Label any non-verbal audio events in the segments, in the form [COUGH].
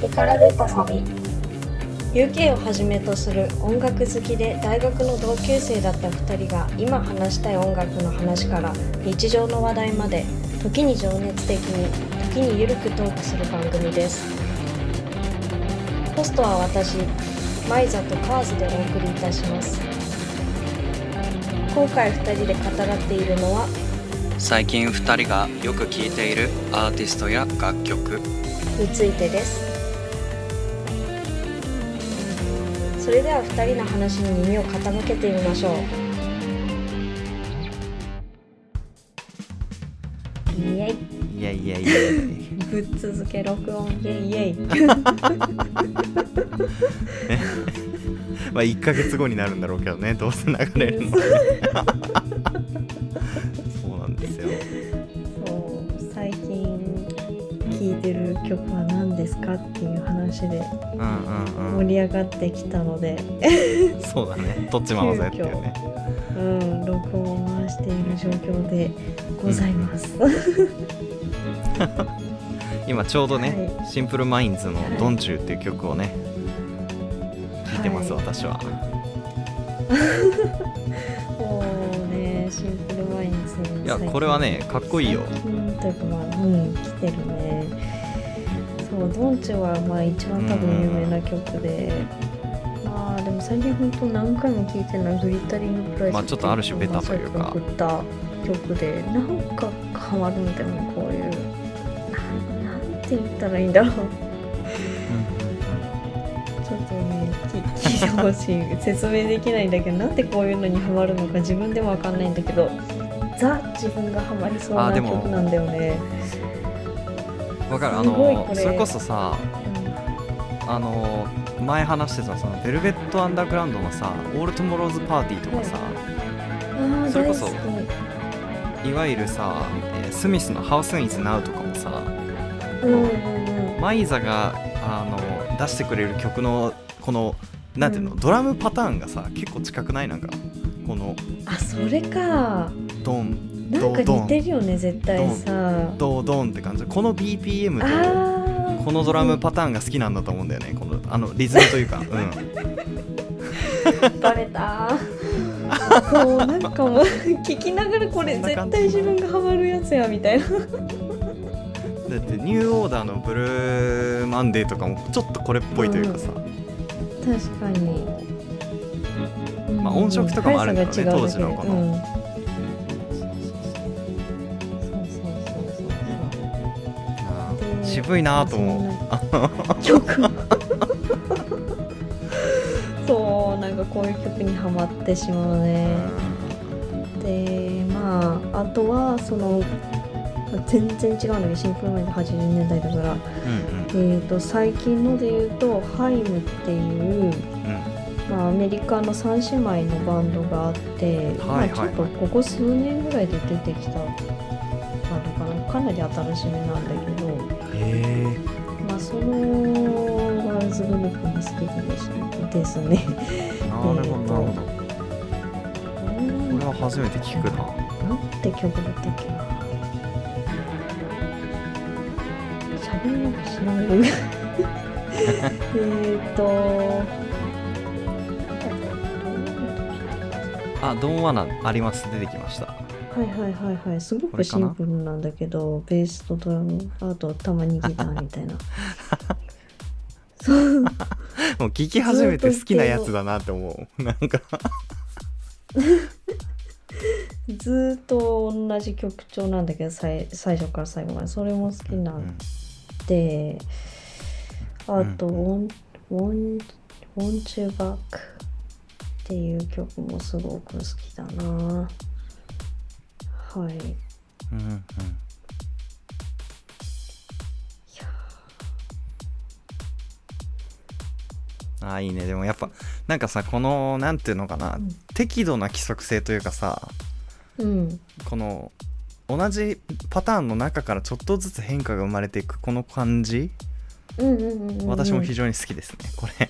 ピカラルパファミ UK をはじめとする音楽好きで大学の同級生だった2人が今話したい音楽の話から日常の話題まで時に情熱的に時にゆるくトークする番組ですホストは私マイザとカーズでお送りいたします今回2人で語らっているのは最近2人がよく聴いているアーティストや楽曲についてですそれでは2人の話に耳を傾けてみましょうイエイいやいやいやいやぶっ続け録音イエイイエイまあ1ヶ月後になるんだろうけどねどうせ流れるのそうなんですよそう最近聴いてる曲は何ですかっていう話でうんうんう盛り上がってきたので、んそうだねどっちまおぜっていうねうん、録音を回している状況でございます。今ちょうどね、シンプルマインズの「ドンチュー」っていう曲をね聴いてます、はい私はもうね、シンプルワインズいやこれはねかっこいいよ最近というかまあうん来てるねそうドンチはまあ一番多分有名な曲で、まあでも最近本当何回も聴いてるのはグリタリングプライスまあちょっとある種ベタというか送った曲でなんか変わるんだよねこういうなんなんて言ったらいいんだろうちょっとねき聞いてほしい説明できないんだけどなんでこういうのにハマるのか自分でもわかんないんだけどザ自分がハマりそうあなーでも曲なんだよねわかるあすごいこのれそれこそさあの前話してたそのベルベット・アンダーグラウンドのさ「オール・トゥモローズ・パーティー」とかさ、ああそれこそ大好いわゆるさ、えースミスの「ハウス・イン・ズ・ナウ」とかもさきうんうんマイザがあの出してくれる曲のこのなんていうの、うんドラムパターンがさ結構近くないなんかこのうんあそれかドンなドんかド似てンるよね絶対さドドンって感じこの BPM あとーこのドラムパターンが好きなんだと思うんだよねこのあのリズムというか、うん、バレたそうなんかもう聞きながらこれそんな絶感対じ自分がハマるやつやみたいなだってニューオーダーの「ブルーマンデー」とかもちょっとこれっぽいというかさ、確かに、まあ音色とかもあるんだろうね速さが違うだけで当時のこのうんそうそうそうそうそうそうそうなあ渋いなあと思う。う [LAUGHS] 曲そうなんかこういう曲にはまってしまうね、でまああとはそのまあ全然違うんだけどシンプルマインド80年代だから、うえんー、と最近ので言うとハイムっていう、うんまあ、アメリカの3姉妹のバンドがあって、はいはいはいまあ、ちょっとここ数年ぐらいで出てきたあのかなかなり新しめなんだけど、うんへまあ、そのガールズグループも好きですねですね。えなるほどなるほどここれは初めて聞くななんて曲だったっけな喋りながら調べる [LAUGHS] えーっとあ、ドンワナあります。出てきました。はいはいはいはいすごこくれかシなンプルなんだけどベースとドラムあとたまにギターみたいなそうもう聞き始めて好きなやつだなって思う。なんか、 [LAUGHS] ずーっと同じ曲調なんだけど最最初から最後までそれも好きなんうんであと「う Won't Won't Won't You Back」っていう曲もすごく好きだなはいいうんうんやあーいいねでもやっぱなんかさこのなんていうのかな、うん適度な規則性というかさうんこの同じパターンの中からちょっとずつ変化が生まれていくこの感じ、うんうんうんうんうん私も非常に好きですねこれ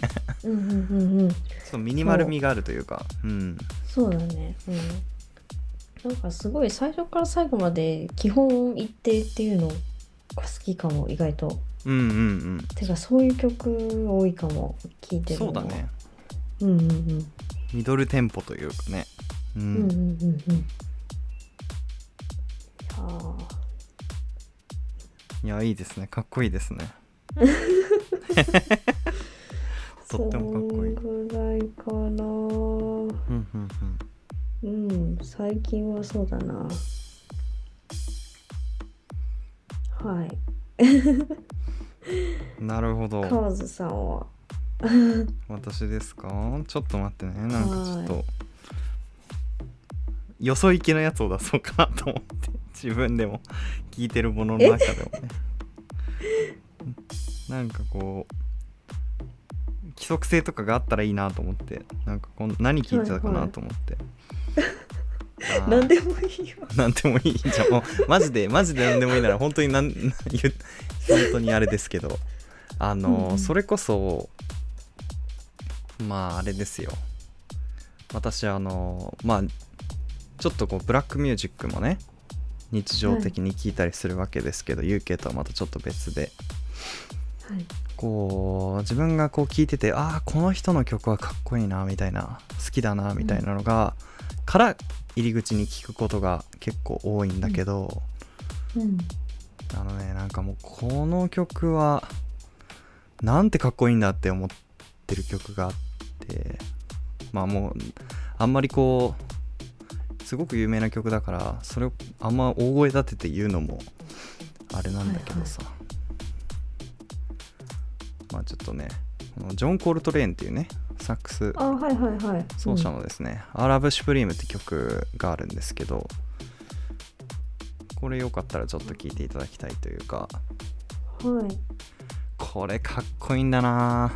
う [LAUGHS] んうんうんうんそうミニマル味があるというかうんそうだねうんなんかすごい最初から最後まで基本一定っていうのが好きかも意外とうんうんうんてかそういう曲多いかも聴いてるのそはうだねうんうんうんミドルテンポというかねううんうんん、うんうんいやーいやいいですねかっこいいですねとってもかっこいいそんぐらいかなうんうんうんうん最近はそうだなはいなるほど河津さんは私ですかちょっと待ってねなんかちょっとよそ行きのやつを出そうかなと思って [LAUGHS] 自分でも聞いてるものの中でもねなんかこう規則性とかがあったらいいなと思ってなんかこん何聞いてたかなと思って、あー何でもいいよ [LAUGHS] なんでもいいじゃん [LAUGHS] もうマジでマジで何でもいいなら本当になん [LAUGHS] 言う本当にあれですけどあの、うんそれこそまああれですよ私あのまあちょっとこうブラックミュージックもね日常的に聞いたりするわけですけど、UK とはまたちょっと別ではいこう自分がこう聞いててああこの人の曲はかっこいいなみたいな好きだなみたいなのが、から入り口に聞くことが結構多いんだけど、うんあのねなんかもうこの曲はなんてかっこいいんだって思ってる曲があってまあもうあんまりこうすごく有名な曲だからそれをあんま大声立てて言うのもあれなんだけどさ、まあちょっとねこのジョン・コールトレーンっていうねサックスあはいはいはい奏者のですね「アラブ・シュプリーム」って曲があるんですけどこれよかったらちょっと聴いていただきたいというかうんはいこれかっこいいんだな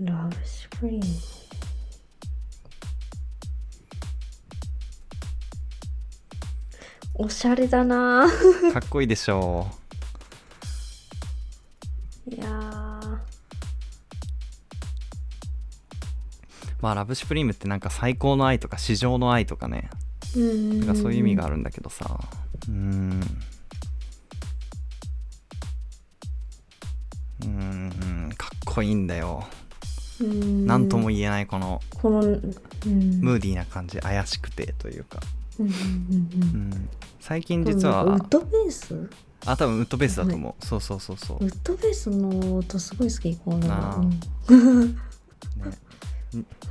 ラブシュプリームおしゃれだなかっこいいでしょいやーうまあ「ラブ・シュプリーム」ってなんか最高の愛とか至上の愛とかねうんなんかそういう意味があるるんだけどさうーんうーんかっこいいんだよ何何とも言えないこのこの、うん、ムーディーな感じ怪しくてというかうんうんうんうんうん最近実はウッドベースウあ多分ウッドベースだと思う、そうそうそうそう、ッドベースの音すごい好きこうななあの、うんは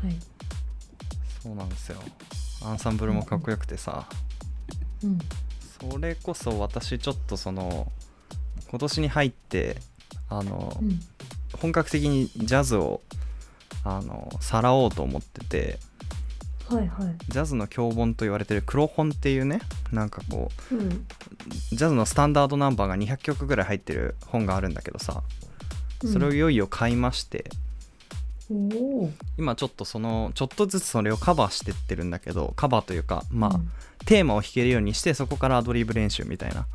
[LAUGHS] ね、いそうなんですよアンサンブルもかっこよくてさうんそれこそ私ちょっとその今年に入ってあの、うん本格的にジャズをあのさらおうと思っててはいはいジャズの教本と言われてる黒本っていうねなんかこううんジャズのスタンダードナンバーが200曲ぐらい入ってる本があるんだけどさうんそれをいよいよ買いまして、おお今ちょっとそのちょっとずつそれをカバーしてってるんだけどカバーというかまあ、うんテーマを弾けるようにしてそこからアドリブ練習みたいな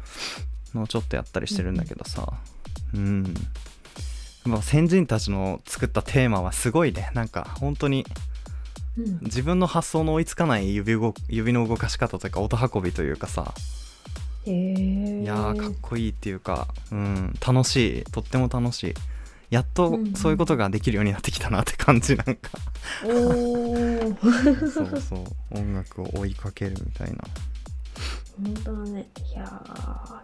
のをちょっとやったりしてるんだけどさうん、まあ、先人たちの作ったテーマはすごいねなんか本当にうん自分の発想の追いつかない指動指の動かし方というか音運びというかさへえいやーかっこいいっていうか、うん、楽しいとっても楽しいやっとうんうんそういうことができるようになってきたなって感じな [LAUGHS] んかおーそうそう音楽を追いかけるみたいな本当だねいやー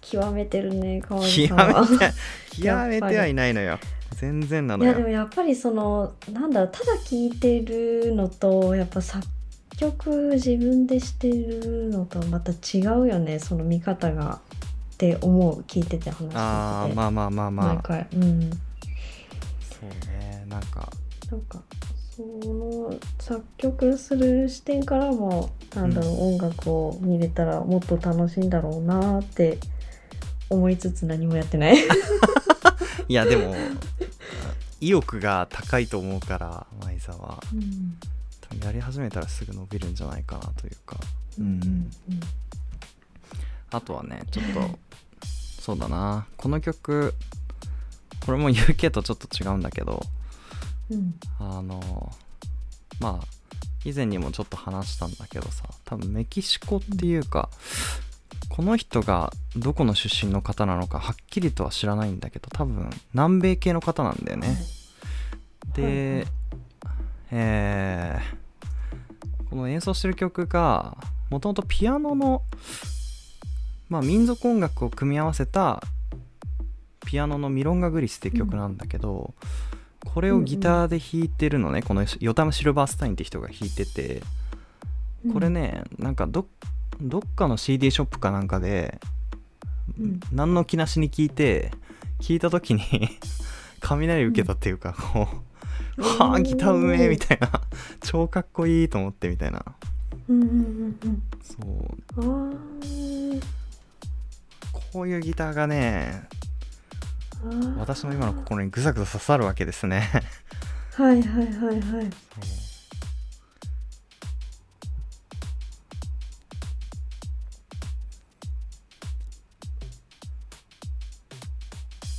極めてるね川極地さんはめて極めてはいないのよ全然ないのやでもよやっぱりそのなんだろうただ聴いてるのとやっぱ作曲自分でしてるのとまた違うよねその見方がって思う聞いてて話しててあーまあまあまあま毎あ回うんなんそうねなんかかその作曲する視点からもなんだろう、音楽を見れたらもっと楽しいんだろうなーって思いつつ何もやってないいやでも [LAUGHS] 意欲が高いと思うから舞沢はうん多分やり始めたらすぐ伸びるんじゃないかなというかうんうんうんあとはねちょっ [LAUGHS] とそうだなこの曲これも UK とちょっと違うんだけどうんあのまあ以前にもちょっと話したんだけどさ多分メキシコっていうかこの人がどこの出身の方なのかはっきりとは知らないんだけど多分南米系の方なんだよね。で、はいはいえーこの演奏してる曲がもともとピアノの、まあ、民族音楽を組み合わせたピアノの「ミロンガ・グリス」っていう曲なんだけど、これをギターで弾いてるのね、このヨタム・シルバースタインって人が弾いててこれね、なんかどどっかの CD ショップかなんかで、うん何の気なしに聞いて聞いた時に [LAUGHS] 雷受けたっていうか、こう。うんは [LAUGHS] あギターうめうえんみたいな超かっこいいと思ってみたいなうんうんうんそううんあーこういうギターがねあー私の今の心にぐさぐさ刺さるわけですね [LAUGHS] はいはいはいはい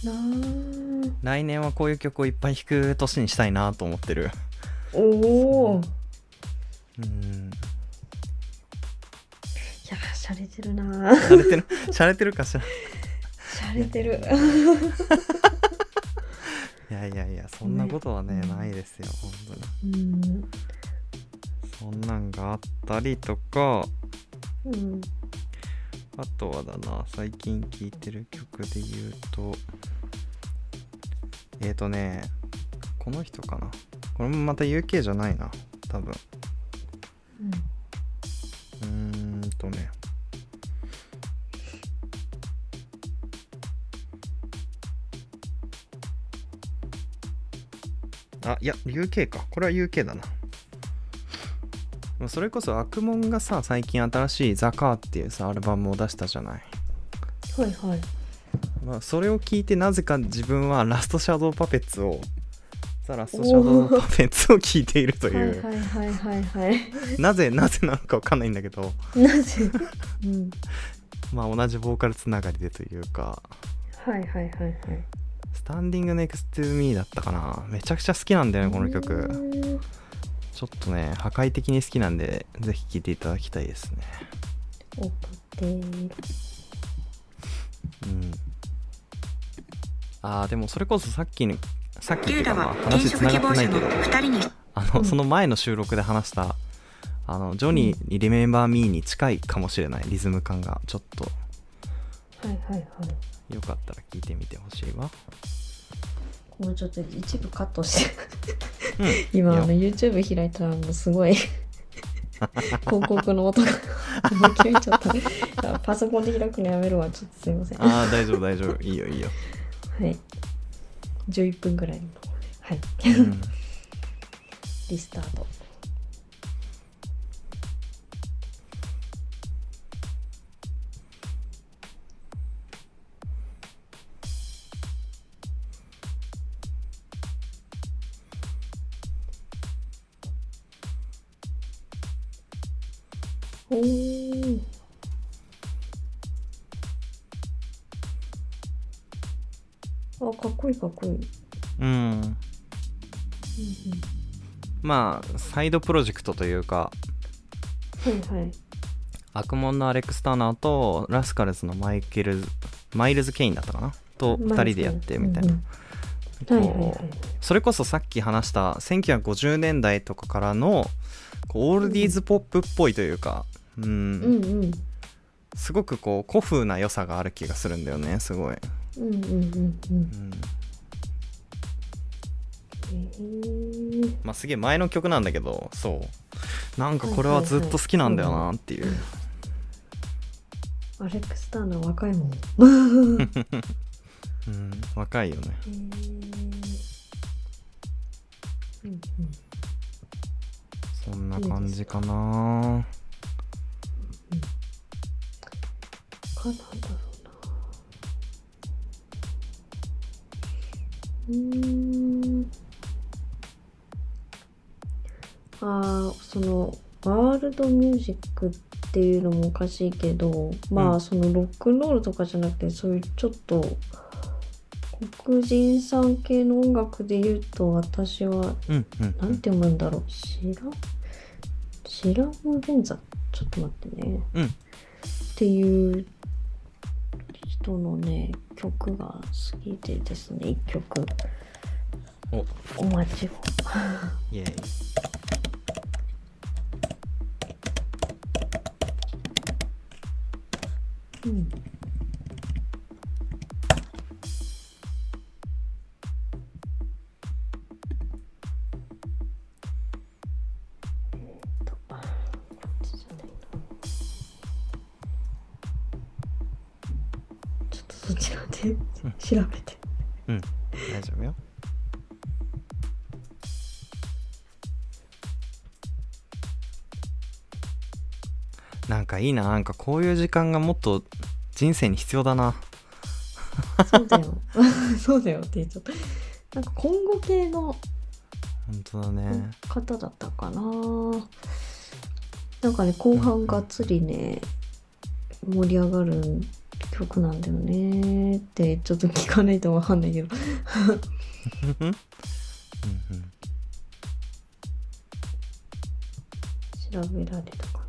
なー来年はこういう曲をいっぱい弾く年にしたいなと思ってるおおいうんや洒落てるなー洒落てる [LAUGHS] 洒落てるかしら洒落てるいやいやいやそんなことはねねないですよ本当にうんそんなんがあったりとかうんあとはだな最近聴いてる曲で言うとえーとねこの人かなこれもまた UK じゃないな多分うんうーんとねあいや UK かこれは UK だなまあそれこそ悪ンがさ最近新しい「ザカーっていうさアルバムを出したじゃないはいはいまあ、それを聞いてなぜか自分はラストシャドーパペッツをザ・ラストシャドーパペッツを聞いているとい、はいうはいはいはいはいなぜなぜなのかわかんないんだけど、なぜうんまあ、同じボーカルつながりでというかはいはいはいはい「スタンディング・ネクスト・ミー」だったかなめちゃくちゃ好きなんだよねこの曲うんちょっとね破壊的に好きなんでぜひ聴いていただきたいですね送ってーうんあーでもそれこそさっきのさっきってい龍うか太まあは話転つ職な希が望ってな者いけどの2人にあの、うんその前の収録で話したあのジョニーに「リメンバー・ミー」に近いかもしれないリズム感がちょっとはいはいはいよかったら聞いてみてほしいわもうちょっと一部カットしてうん今いあやの YouTube 開いたらもうす [LAUGHS] ごい広告の音が思いっきり入っちゃったいやパソコンで開くのやめるわちょっとすいませんはあー大丈夫大丈夫いいよいいよ、い11分ぐらいのはいうん、 [LAUGHS] リスタートおーあかっこいいかっこいい、うんうん、まあサイドプロジェクトというかうん、はいはい悪魔のアレックス・ターナーとラスカルズのマイケルズマイルズ・ケインだったかなと2人でやってみたいな、うんうんはいはいはいこうそれこそさっき話した1950年代とかからのこうオールディーズポップっぽいというか、うんうんうんすごくこう古風な良さがある気がするんだよねすごい、うんうんうんうんうんへえまあ、すげえ前の曲なんだけどそうなんかこれはずっと好きなんだよなっていう、アレックス・ターナー若いもん。へうん、若いよねえうんそんな感じかなうん。かなんだろうな。うーん。ああ、その、ワールドミュージックっていうのもおかしいけど、まうあ、んそのロックンロールとかじゃなくて、そういうちょっと、黒人さん系の音楽で言うと、私はうんうんうなんんて読むんだろう。シラ白尾ベンザちょっと待ってね、うんっていう人のね曲が好きでですね1曲おお待ちをイエーイうんえーとあこっちじゃないなちょっとそっちの手調べて大丈夫よなんかいいななんかこういう時間がもっと人生に必要だなそうだよ [LAUGHS] そうだよって言っちゃったなんか今後系の本当だね方だったかな、なんかね後半がっつりね盛り上がる曲なんだよねってちょっと聞かないとわかんないけどうんうん調べられたか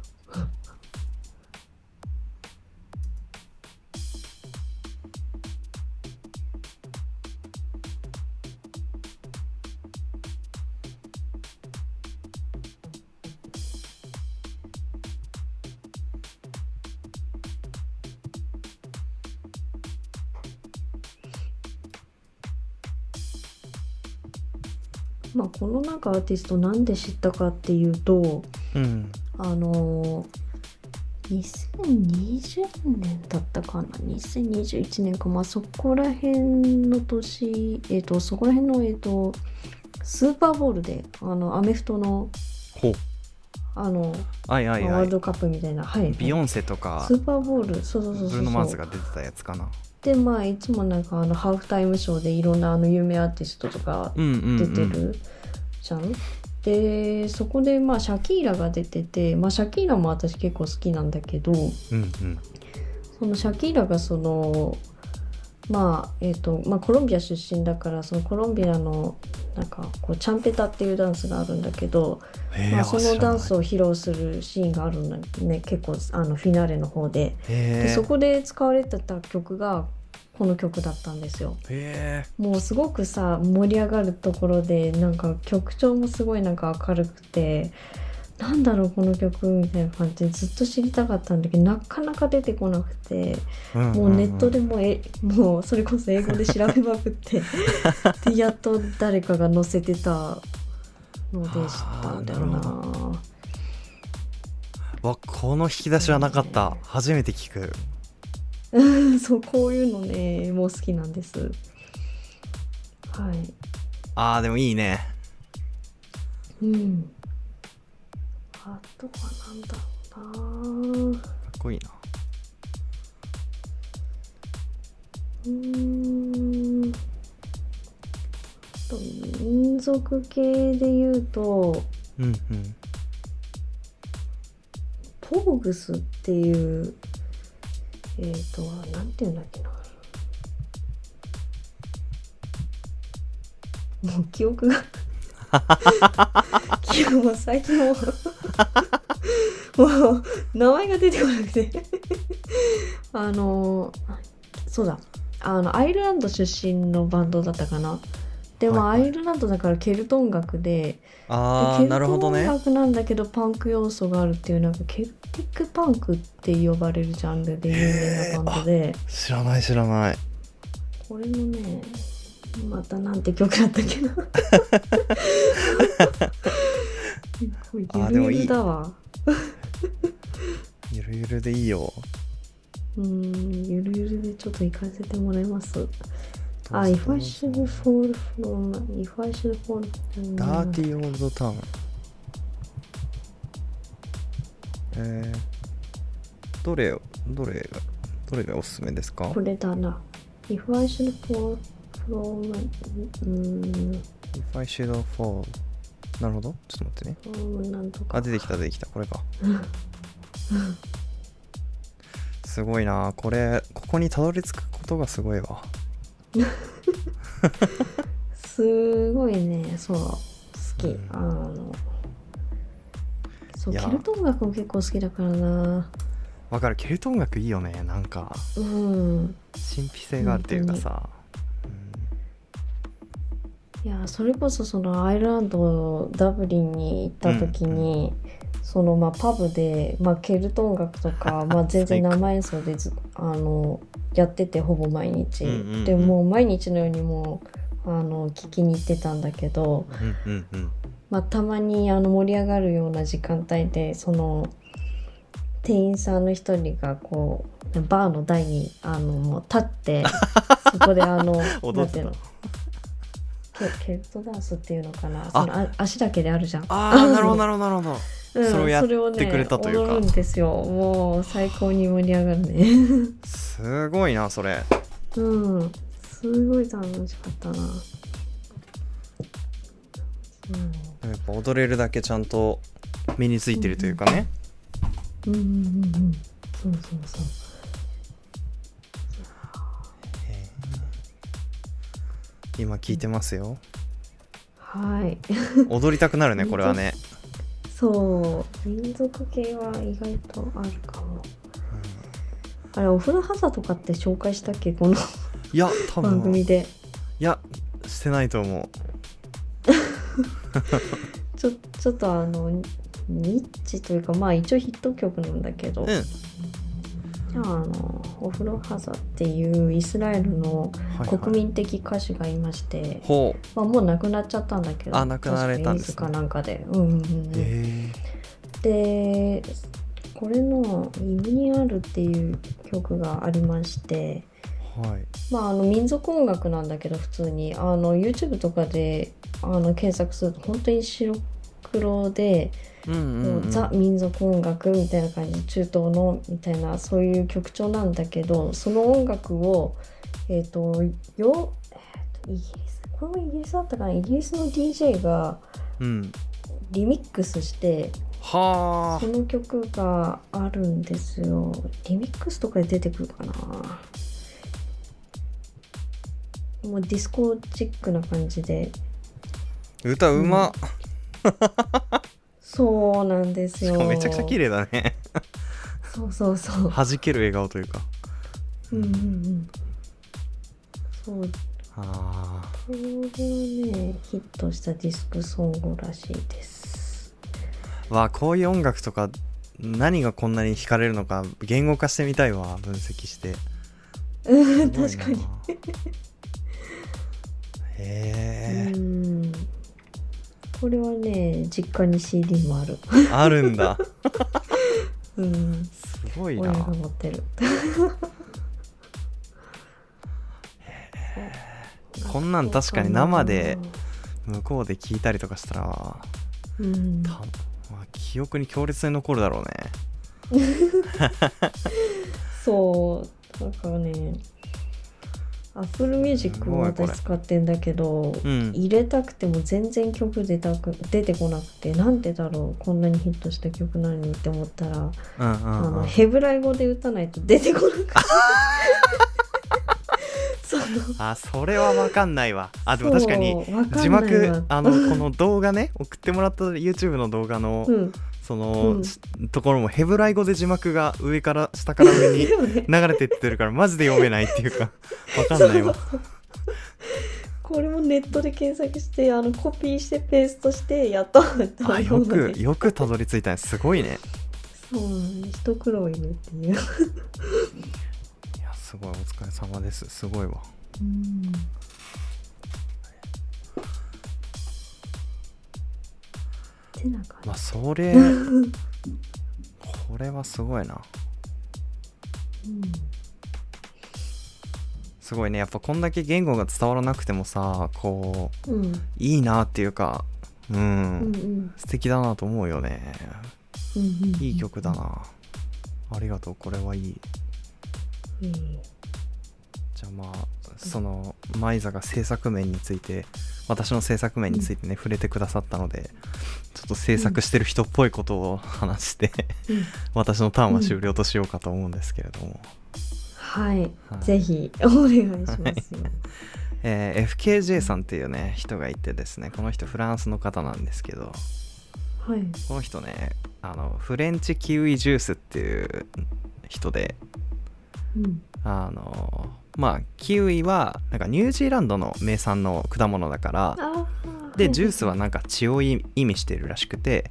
な。まあ、このなんかアーティストなんで知ったかっていうと、うんあのー、2020年だったかな2021年かまあそこら辺の年えっ、とそこら辺のえっ、とスーパーボールであのアメフトのほうあの、はいはいまあワーはルいドカップみたいなはいビヨンセとかスーパーボールそうそうそうブそルーノ・マーズうが出てたやつかなでまあいつもなんかあのハーフタイムショーでいろんなあの有名アーティストとかうんうん、う出ん、てるじゃん。でそこでまあシャキーラが出てて、まあ、シャキーラも私結構好きなんだけどうんうんそのシャキーラがそのまあえっ、と、まあ、コロンビア出身だからそのコロンビアのなんかこうチャンペタっていうダンスがあるんだけど、へえ、まあ、あそ知らのないダンスを披露するシーンがあるんだね結構あのフィナーレの方でへでえそこで使われてた曲がこの曲だったんですよ。へもうすごくさ盛り上がるところでなんか曲調もすごいなんか明るくてなんだろうこの曲みたいな感じでずっと知りたかったんだけどなかなか出てこなくてえ、んんんもうネットでもうえ [LAUGHS] もうそれこそ英語で調べまくって [LAUGHS] でやっと誰かが載せてたので知ったんだよあーなるな。わこの引き出しはなかった初めて聞く [LAUGHS] そうこういうのねもう好きなんです。はいあーでもいいねうん。あとはなんだろうなかっこいいなうーん。あと民族系で言うとうんうんポーグスっていうえっ、ー、となんていうんだっけな。もう記憶 [LAUGHS] が記憶もう最近もうもう名前が出てこなくてあのそうだあのアイルランド出身のバンドだったかなでも、はいアはいイルランドだからケルト音楽であでーなるほどケルトね音楽なんだけどパンク要素があるっていうなんかケルティックパンクって呼ばれるジャンルで有名なバンドで知らない知らないこれもねまたなんて曲だったっけなあゆでもるいいゆるだわゆるゆるでいいようーんゆるゆるでちょっと行かせてもらいますあどう If I する should fall from If I should fall from ダーティーオールドタウンえー、どれをどれがどれがおすすめですかこれだな If I should fall from うーん If I should fall なるほどちょっと待ってね from なんとかあ出てきた出てきたこれ [LAUGHS] かすごいなこれここにたどり着くことがすごいわすごいねそう好き、うんあのそういやケルト音楽も結構好きだからなわかるケルト音楽いいよねなんかうん神秘性があるというかさ、うんいやそれこそそのアイルランドのダブリンに行った時に、そのまあパブで、まあ、ケルト音楽と [LAUGHS] か、まあ、全然生演奏でずあのやっててほぼ毎日、うんうんうんでもう毎日のようにもうあの聞きに行ってたんだけど、うんうんうんまあ、たまにあの盛り上がるような時間帯でその店員さんの一人がこうバーの台にあのもう立って [LAUGHS] そこであの踊なっんててたいうのケケルトダンスっていうのかなそのあ足だけであるじゃん、ああなるほどなるほどなるほどうん、それをやってをねくれたというか踊るんですよもう最高に盛り上がるね [LAUGHS] すごいなそれうんすごい楽しかったなやっぱ踊れるだけちゃんと身についてるというかね、うんうんうんうんうんそうそうそう今聞いてますよはい踊りたくなるねこれはね、そう民族系は意外とあるかも、あれお風呂ハザとかって紹介したっけこのいや多番分組いでやしてないと思ちょちょっとあのニニッチというかまあ一応ヒット曲なんだけど、ううんじゃああのお風呂ハザっていうイスラエルのはいはい国民的歌手がいまして、ほうまあ、もう亡くなっちゃったんだけどあ亡くなられたんですね確かなんかでうんうんうんうん、えでこれの「イムニアール」っていう曲がありましてー、はいまあ、あの民族音楽なんだけど普通にあの YouTube とかであの検索すると本当に白黒で、うもんうんううんザ民族音楽みたいな感じ中東のみたいなそういう曲調なんだけどその音楽をえっ、とよ、えーとイギリスこれもイギリスだったかなイギリスの DJ がうんリミックスしてはこの曲があるんですよリミックスとかで出てくるかなもうディスコチックな感じであ歌うまっ、そうなんですしよかも [LAUGHS] めちゃくちゃ綺麗だねそうそうそう弾ける笑顔というかうんうんうんそうああこれはねヒットしたディスクソングらしいですわあこういう音楽とか何がこんなに惹かれるのか言語化してみたいわ分析してうん確かにへえうんこれはね実家に CD もあるあるんだうんすごい親な [LAUGHS] が持ってるこんなん確かに生で向こうで聞いたりとかしたらうんた、まあ、記憶に強烈に残るだろうねそうなんかねアップルミュージックをすごいこ私れ使ってんだけどうん入れたくても全然曲出たく出てこなくてなんでだろうこんなにヒットした曲なのにって思ったら、うんうあんうのんヘブライ語で歌わないと出 [LAUGHS] てこなくてそのあそれは分かんないわあでも確かにそうわか字んない幕わあのこの動画ね送ってもらった YouTube の動画の、うんその、うんしところもヘブライ語で字幕が上から下から上にでもね流れてってるからマジで読めないっていう [LAUGHS] か分かんないわこれもネットで検索してあのコピーしてペーストしてやっとあよくよくたどり着いたねすごいねそうなんです一苦労いるっていういやすごいお疲れ様ですすごいわてな感じ、まあそれこれはすごいなうんすごいねやっぱこんだけ言語が伝わらなくてもさこううんいいなっていうかうん、うんうん素敵だなと思うよねうんうんいい曲だなありがとうこれはいいいいじゃあまあそのマイザが制作面について私の制作面についてね、触れてくださったのでちょっと制作してる人っぽいことを話して、うん私のターンは終了としようかと思うんですけれども、はい、はいぜひお願いしますよ、えー FKJ さんっていうね人がいてですねこの人フランスの方なんですけど、ははいこの人ねあのフレンチキウイジュースっていう人でうんあのまあキウイはなんかニュージーランドの名産の果物だからあーでジュースはなんか血を意味してるらしくて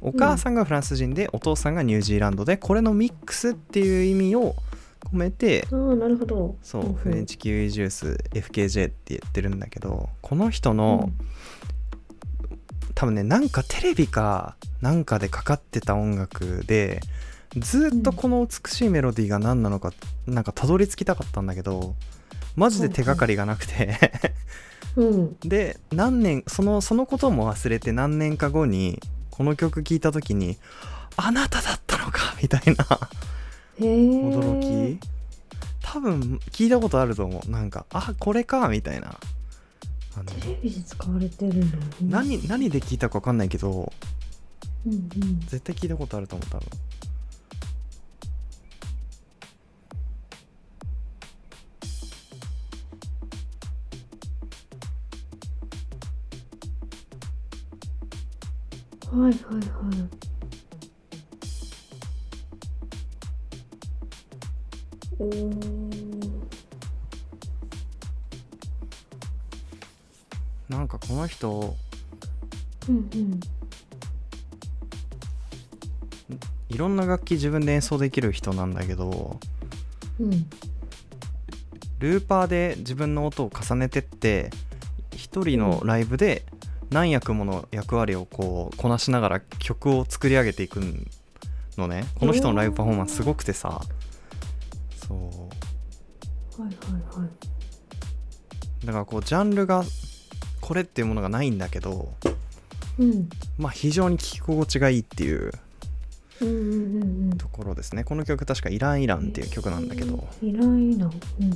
お母さんがフランス人で、お父さんがニュージーランドでこれのミックスっていう意味を込めてああなるほどそんうんフレンチキウイジュース FKJ って言ってるんだけどこの人の、多分ねなんかテレビかなんかでかかってた音楽でずっとこの美しいメロディーが何なのかなんかたどり着きたかったんだけどマジで手がかりがなくてうん、うん、で何年そのそのことも忘れて何年か後にこの曲聴いた時に「あなただったのか!」 [LAUGHS] みたいなへえ驚き多分聞いたことあると思うなんか「あこれか!」みたいなあのテレビで使われてるの何何で聞いたか分かんないけどうんうん絶対聞いたことあると思う多分はいはいはい。おーなんかこの人うんうん。いろんな楽器自分で演奏できる人なんだけどうん。ルーパーで自分の音を重ねてって一人のライブで何役もの役割をこうこなしながら曲を作り上げていくのねこの人のライブパフォーマンスすごくてさそうはいはいはい。だからこうジャンルがこれっていうものがないんだけどうん。まあ非常に聴き心地がいいっていううんうんうんうん。ところですねこの曲確か「イランイラン」っていう曲なんだけどえー。いらんいらん。うんうんうんうん。いや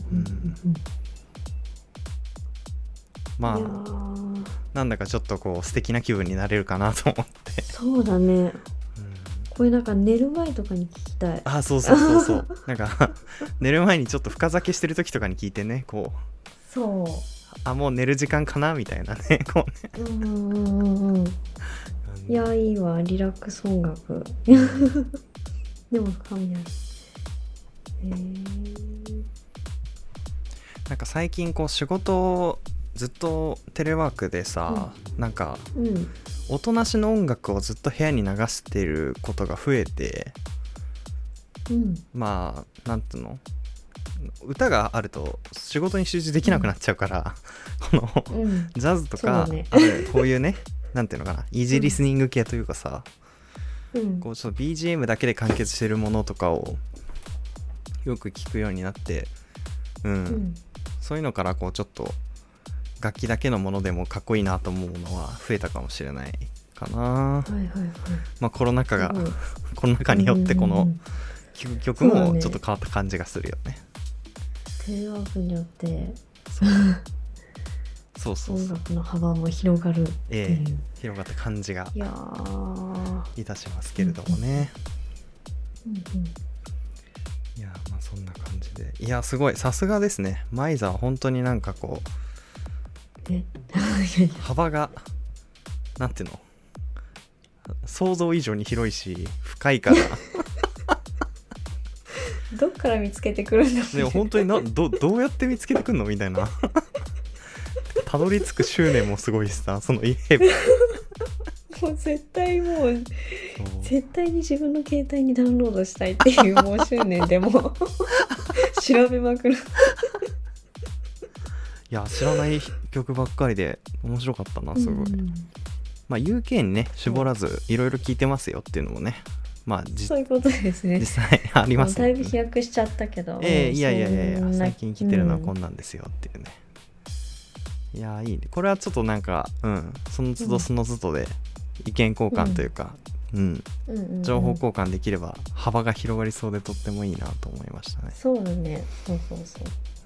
まあーなんだかちょっとこう素敵な気分になれるかなと思って、そうだね。うんこれなんか寝る前とかに聞きたい。あそうそうそうそう [LAUGHS] なんか寝る前にちょっと深酒してる時とかに聞いてねこうそう。あもう寝る時間かなみたいなね [LAUGHS] こうねうんうんうんうん。いやいいわリラックス音楽でも深みないへーなんか最近こう仕事をずっとテレワークでさ、なんかうん音なしの音楽をずっと部屋に流してることが増えてうんまあなんていうの歌があると仕事に集中できなくなっちゃうから、このうんジャズとか、そうだねあるこういうねなんていうのかなイージーリスニング系というかさ、うんこうちょっと BGM だけで完結してるものとかをよく聞くようになって、うんうんそういうのからこうちょっと楽器だけのものでもかっこいいなと思うのは増えたかもしれないかな、はいはいはいまあ、コロナ禍がすごいコロナ禍によってこうんうのん聴く曲そうだもねちょっと変わった感じがするよねテレワークによってそうそう音そう楽の幅も広がるっていえう、え広がった感じがいやーいたしますけれどもね、うんいやーまあそんな感じでいやーすごいさすがですねマイザー本当になんかこううんえ [LAUGHS] 幅がなんていうの想像以上に広いし深い [LAUGHS] からどっから見つけてくるんだろうでも本当になどどうやって見つけてくんのみたいなたどり着く執念もすごいしさその家 [LAUGHS] もう絶対もう絶対に自分の携帯にダウンロードしたいっていうもう執念でも [LAUGHS] う調べまくるいや知らない曲ばっかりで面白かったなすごい、うんまあ UK にね絞らずいろいろ聴いてますよっていうのもねまあじそういうことですね実際ありもまうすだいぶね飛躍しちゃったけどええいやいやいやいそやんな最近聴いてるのはうんこんなんですよっていうね、いやーいいねこれはちょっとなんかうんその都う度んその都度で意見交換というか、うんうんうんうん情報交換できれば幅が広がりそうでとってもいいなと思いましたねそうだねそうそうそ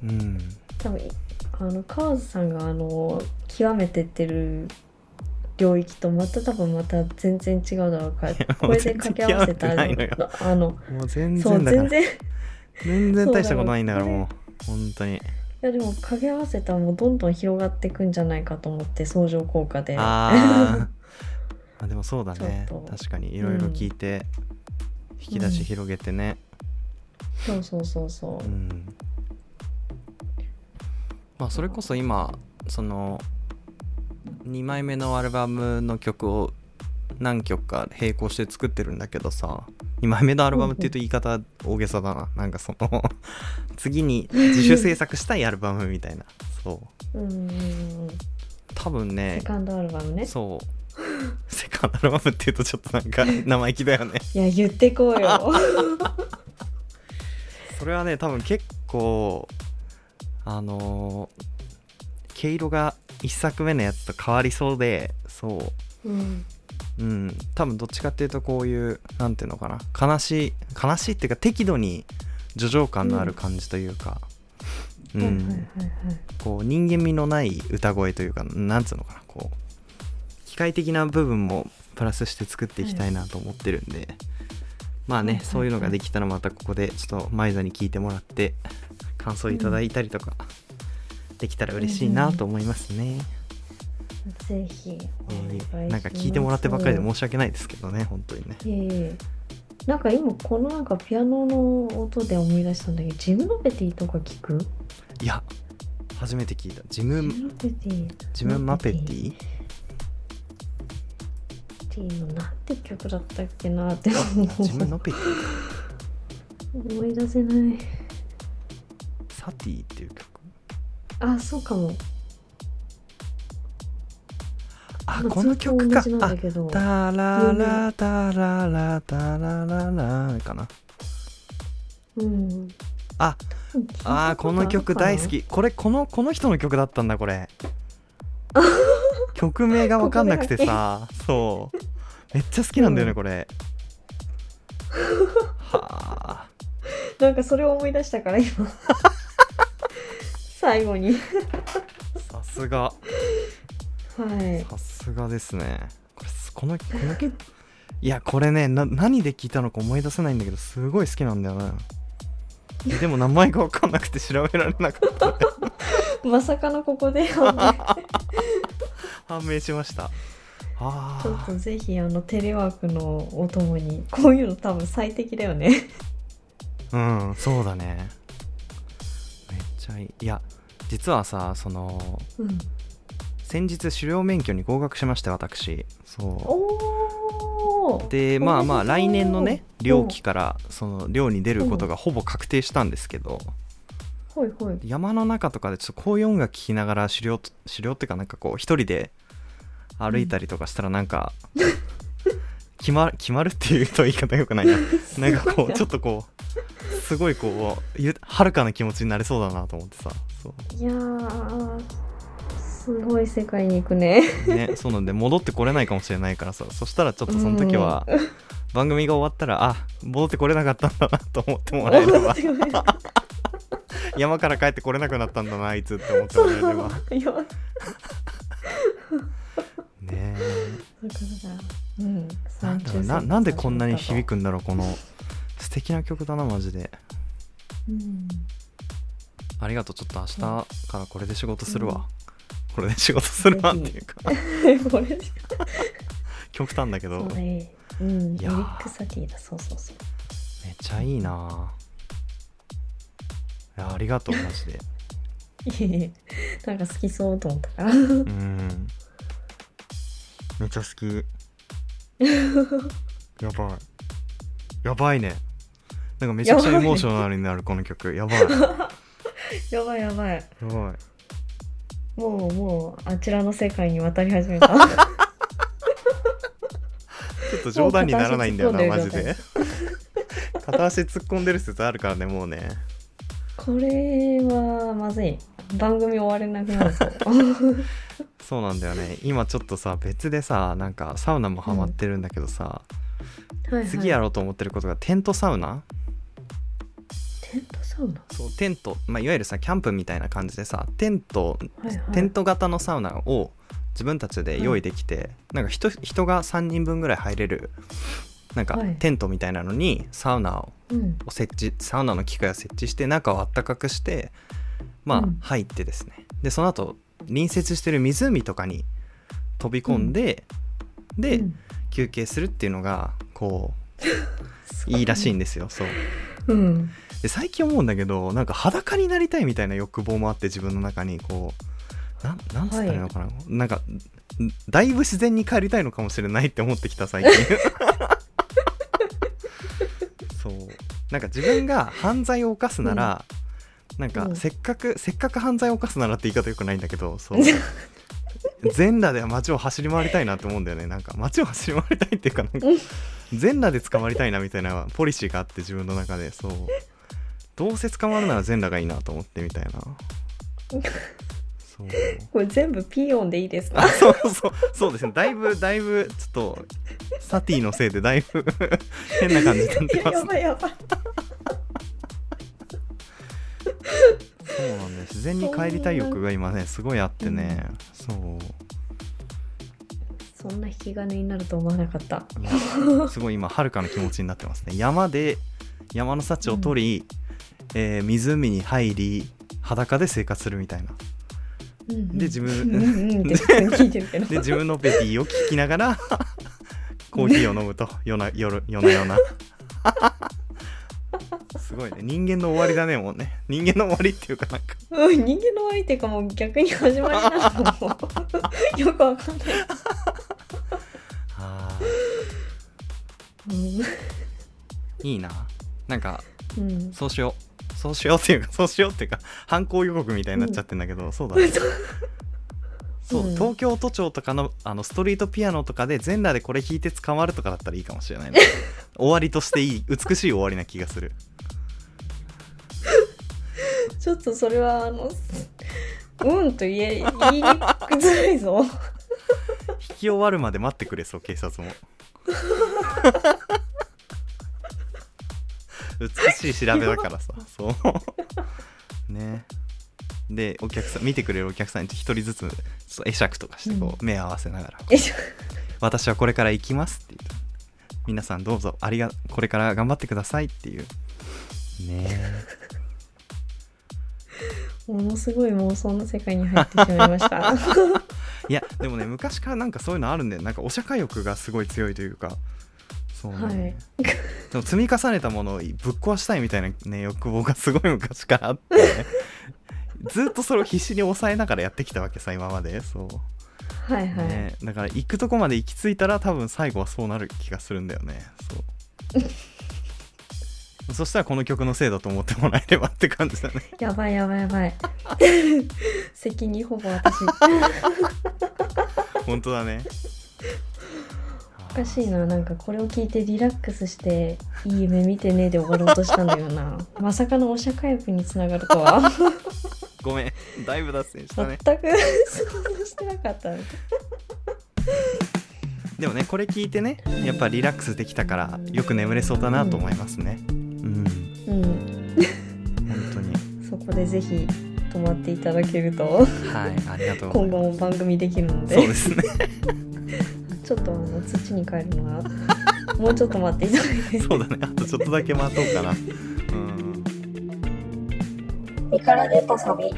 ううん多分あのカーズさんがあの極めてってる領域とまた多分また全然違うだろうからこれで掛け合わせたら全然極めてなあのもう全そう然だか全ら然全然大したことないんだからそうだよもう本当にいやでも掛け合わせ [LAUGHS] たらもうどんどん広がっていくんじゃないかと思って相乗効果であーあでもそうだねちょっと確かにいろいろ聞いて、引き出し広げてねそうそうそうそうん、まあそれこそ今その2枚目のアルバムの曲を何曲か並行して作ってるんだけどさ2枚目のアルバムっていうと言い方大げさだななんかその [LAUGHS] 次に自主制作したいアルバムみたいなそうう。うんうんうん。多分ねセカンドアルバムね。そうセカンドアルバムっていうとちょっとな [LAUGHS] んか生意気だよねいや、言ってこう [LAUGHS] よ。それはね多分結構あのー毛色が1作目のやつと変わりそうでそうん。ううん多分どっちかっていうとこういうなんていうのかな悲しい悲しいっていうか適度に叙情感のある感じというか、うんはいはいはいはい。こう人間味のない歌声というかなんつうのかなこう機械的な部分もプラスして作っていきたいなと思ってるんで、まあね、はいはいはいそういうのができたらまたここでちょっとマイザに聞いてもらって感想いただいたりとかできたら嬉しいなと思いますね、ぜひお願いします、えーなんか聞いてもらってばっかりで申し訳ないですけどね本当にねいえいえなんか今このなんかピアノの音で思い出したんだけどジムノペティとか聞くいや初めて聞いたジ自分ムノペティ自分マペテジムィノペティのなんて曲だったっけなって自分マペティ思い出せないサティっていう曲あそうかもあなんかこの曲かずっと同じなんあだけどタララタララタラララかなうんああーこの曲大好きこれこのこの人の曲だったんだこれ曲名が分かんなくてさそうめっちゃ好きなんだよねこれはあなんかそれを思い出した [LAUGHS] から今最後にさすがはいさすがですねこれすこのこの曲いやこれねな何で聞いたのか思い出せないんだけどすごい好きなんだよねでも名前が分かんなくて調べられなかったまさかのここであ判明しましたあのちょっーとぜひあのテレワークのお供にこういうの多分最適だよねうんそうだねめっちゃいいいや実はさそのうん先日狩猟免許に合格しまして私そおうーでまあまあおめでとう来年のね漁期からその漁に出ることがほぼ確定したんですけど、ほいほい山の中とかでちょっとこういう音楽聴きながら狩猟と狩猟っていうかなんかこう一人で歩いたりとかしたらなんか、決ま決まるっていうと言い方よく [LAUGHS] ないななんかこうちょっとこうすごいこうゆ遥かな気持ちになれそうだなと思ってさそいやーすごい世界に行くねう,、 [LAUGHS] ね、そうなんで戻ってこれないかもしれないからさそしたらちょっとその時は番組が終わったらあ戻ってこれなかったんだなと思ってもらえれ [LAUGHS] ば山から帰ってこれなくなったんだなあいつって思ってそもうらえいれやばだかねえらうんなんだろうななんでこんなに響、くんだろうこの素敵な曲だなマジでうん、 [LAUGHS] ありがとうちょっと明日からこれで仕事するわ、これで仕事するわっぜてひいうか [LAUGHS] これし極端だけどかめっないうんいリやーリックサティだそうそうそうちゃいいないやありがとうマジでいえいえなんか好きそうと思ったから [LAUGHS] うんめっちゃ好き [LAUGHS] やばいやばいねなんかめちゃくちゃエモーショナルになるこの曲や [LAUGHS] ばいやばやばいやばいいもうもうあちらの世界に渡り始めたちょっと冗談にならないんだよな、もうマ片ジ足突っ込んでで。 [LAUGHS] 片足突っ込んでる説あるからね、もうね。これはまずい番組終われなくなるぞそうなんだよね。今ちょっとさ、別でさ、なんかサウナもハマってるんだけどさ、はいはい次やろうと思ってることがテントサウナテントサウナそう、テント、まあ、いわゆるさ、キャンプみたいな感じでさ、テント、はいはいテント型のサウナを自分たちで用意できて、なんか人人が3人分ぐらい入れる、なんかはいテントみたいなのにサウナをうんを設置サウナの機械を設置して中をあったかくしてまあうん入ってですね、でその後隣接してる湖とかに飛び込んで、で、うん休憩するっていうのがこ [LAUGHS] ういいらしいんですよそううん [LAUGHS] で最近思うんだけどなんか裸になりたいみたいな欲望もあって自分の中にこうなんなんつったらいいのかな、なんかんだいぶ自然に帰りたいのかもしれないって思ってきた最 [LAUGHS] 近そうなんか自分が犯罪を犯すなら、なんうかんせっかく、せっかく犯罪を犯すならって言い方よくないんだけどそう全裸で街を走り回りたいなと思うんだよねなんか街を走り回りたいっていうかなんかうん全裸で捕まりたいなみたいなポリシーがあって自分の中でそうどうせ捕まるなら全裸がいいなと思ってみたいなそうこれ全部ピー音でいいです [LAUGHS] かあそうそうそうですねだいぶだいぶちょっとサティのせいでだいぶ [LAUGHS] 変な感じになってますやばいやばいそうなんです自然に帰りたい欲が今ねすごいあってね、そうそんな引き金になると思わなかった [LAUGHS] すごい今はるかな気持ちになってますね山で山の幸を取り、えー湖に入り裸で生活するみたいなで自分うんうんうんって普通に聞いてるけど [LAUGHS] で自分のベティを聞きなが [LAUGHS] らコーヒーを飲むと夜な夜夜な夜な [LAUGHS] すごいね人間の終わりだねもうね人間の終わりっていうかなんかうん人間の相手がもう逆に始まりなの [LAUGHS] もよくわかんない、あうーいいななんかんうん、そうしようそうしようっていうかそうしようっていうか犯行予告みたいになっちゃってんだけど、そうだねそう、うん東京都庁とかのあのストリートピアノとかで全裸でこれ弾いて捕まるとかだったらいいかもしれ [LAUGHS] ないね終わりとしていい美しい終わりな気がするちょっとそれはあのうんと言え言いにくづらいぞ弾き終わるまで待ってくれそう警察 [LAUGHS] も美しい調べだからさそうねでお客さん見てくれるお客さんに一人ずつそう会釈とかしてこう、目合わせながらえちょ私はこれから行きますって言って皆さんどうぞありがこれから頑張ってくださいっていうねえものすごい妄想の世界に入ってしまいま [LAUGHS] したいやでもね昔からなんかそういうのあるんだよなんかお釈迦欲がすごい強いというかそうね、はいでも積み重ねたものをぶっ壊したいみたいなね欲望がすごい昔からあって、ね、ずっとそれを必死に抑えながらやってきたわけさ今までそう、はいはい、ね、だから行くとこまで行き着いたら多分最後はそうなる気がするんだよねそう [LAUGHS] そしたらこの曲のせいだと思ってもらえればって感じだね [LAUGHS] やばいやばいやばい [LAUGHS] 責任ほぼ私本当だねおかしいななんかこれを聞いてリラックスしていい夢見てねで終わろうとしたんだよな [LAUGHS] まさかのお社会欲につながるとはごめんだいぶ脱線した [LAUGHS] 全ねく想像してなかったでもねこれ聞いてねやっぱリラックスできたからよく眠れそうだなと思いますねうん、うん本当にそこでぜひ泊まっていただけるとはい、ありがとうござ今後いまも番組できるのす。そうでですね。ちょっとあの土に帰るのはもうちょっと待っていただいてそうだね。あとちょっとだけ待とうかな。うん。イカラでとサビ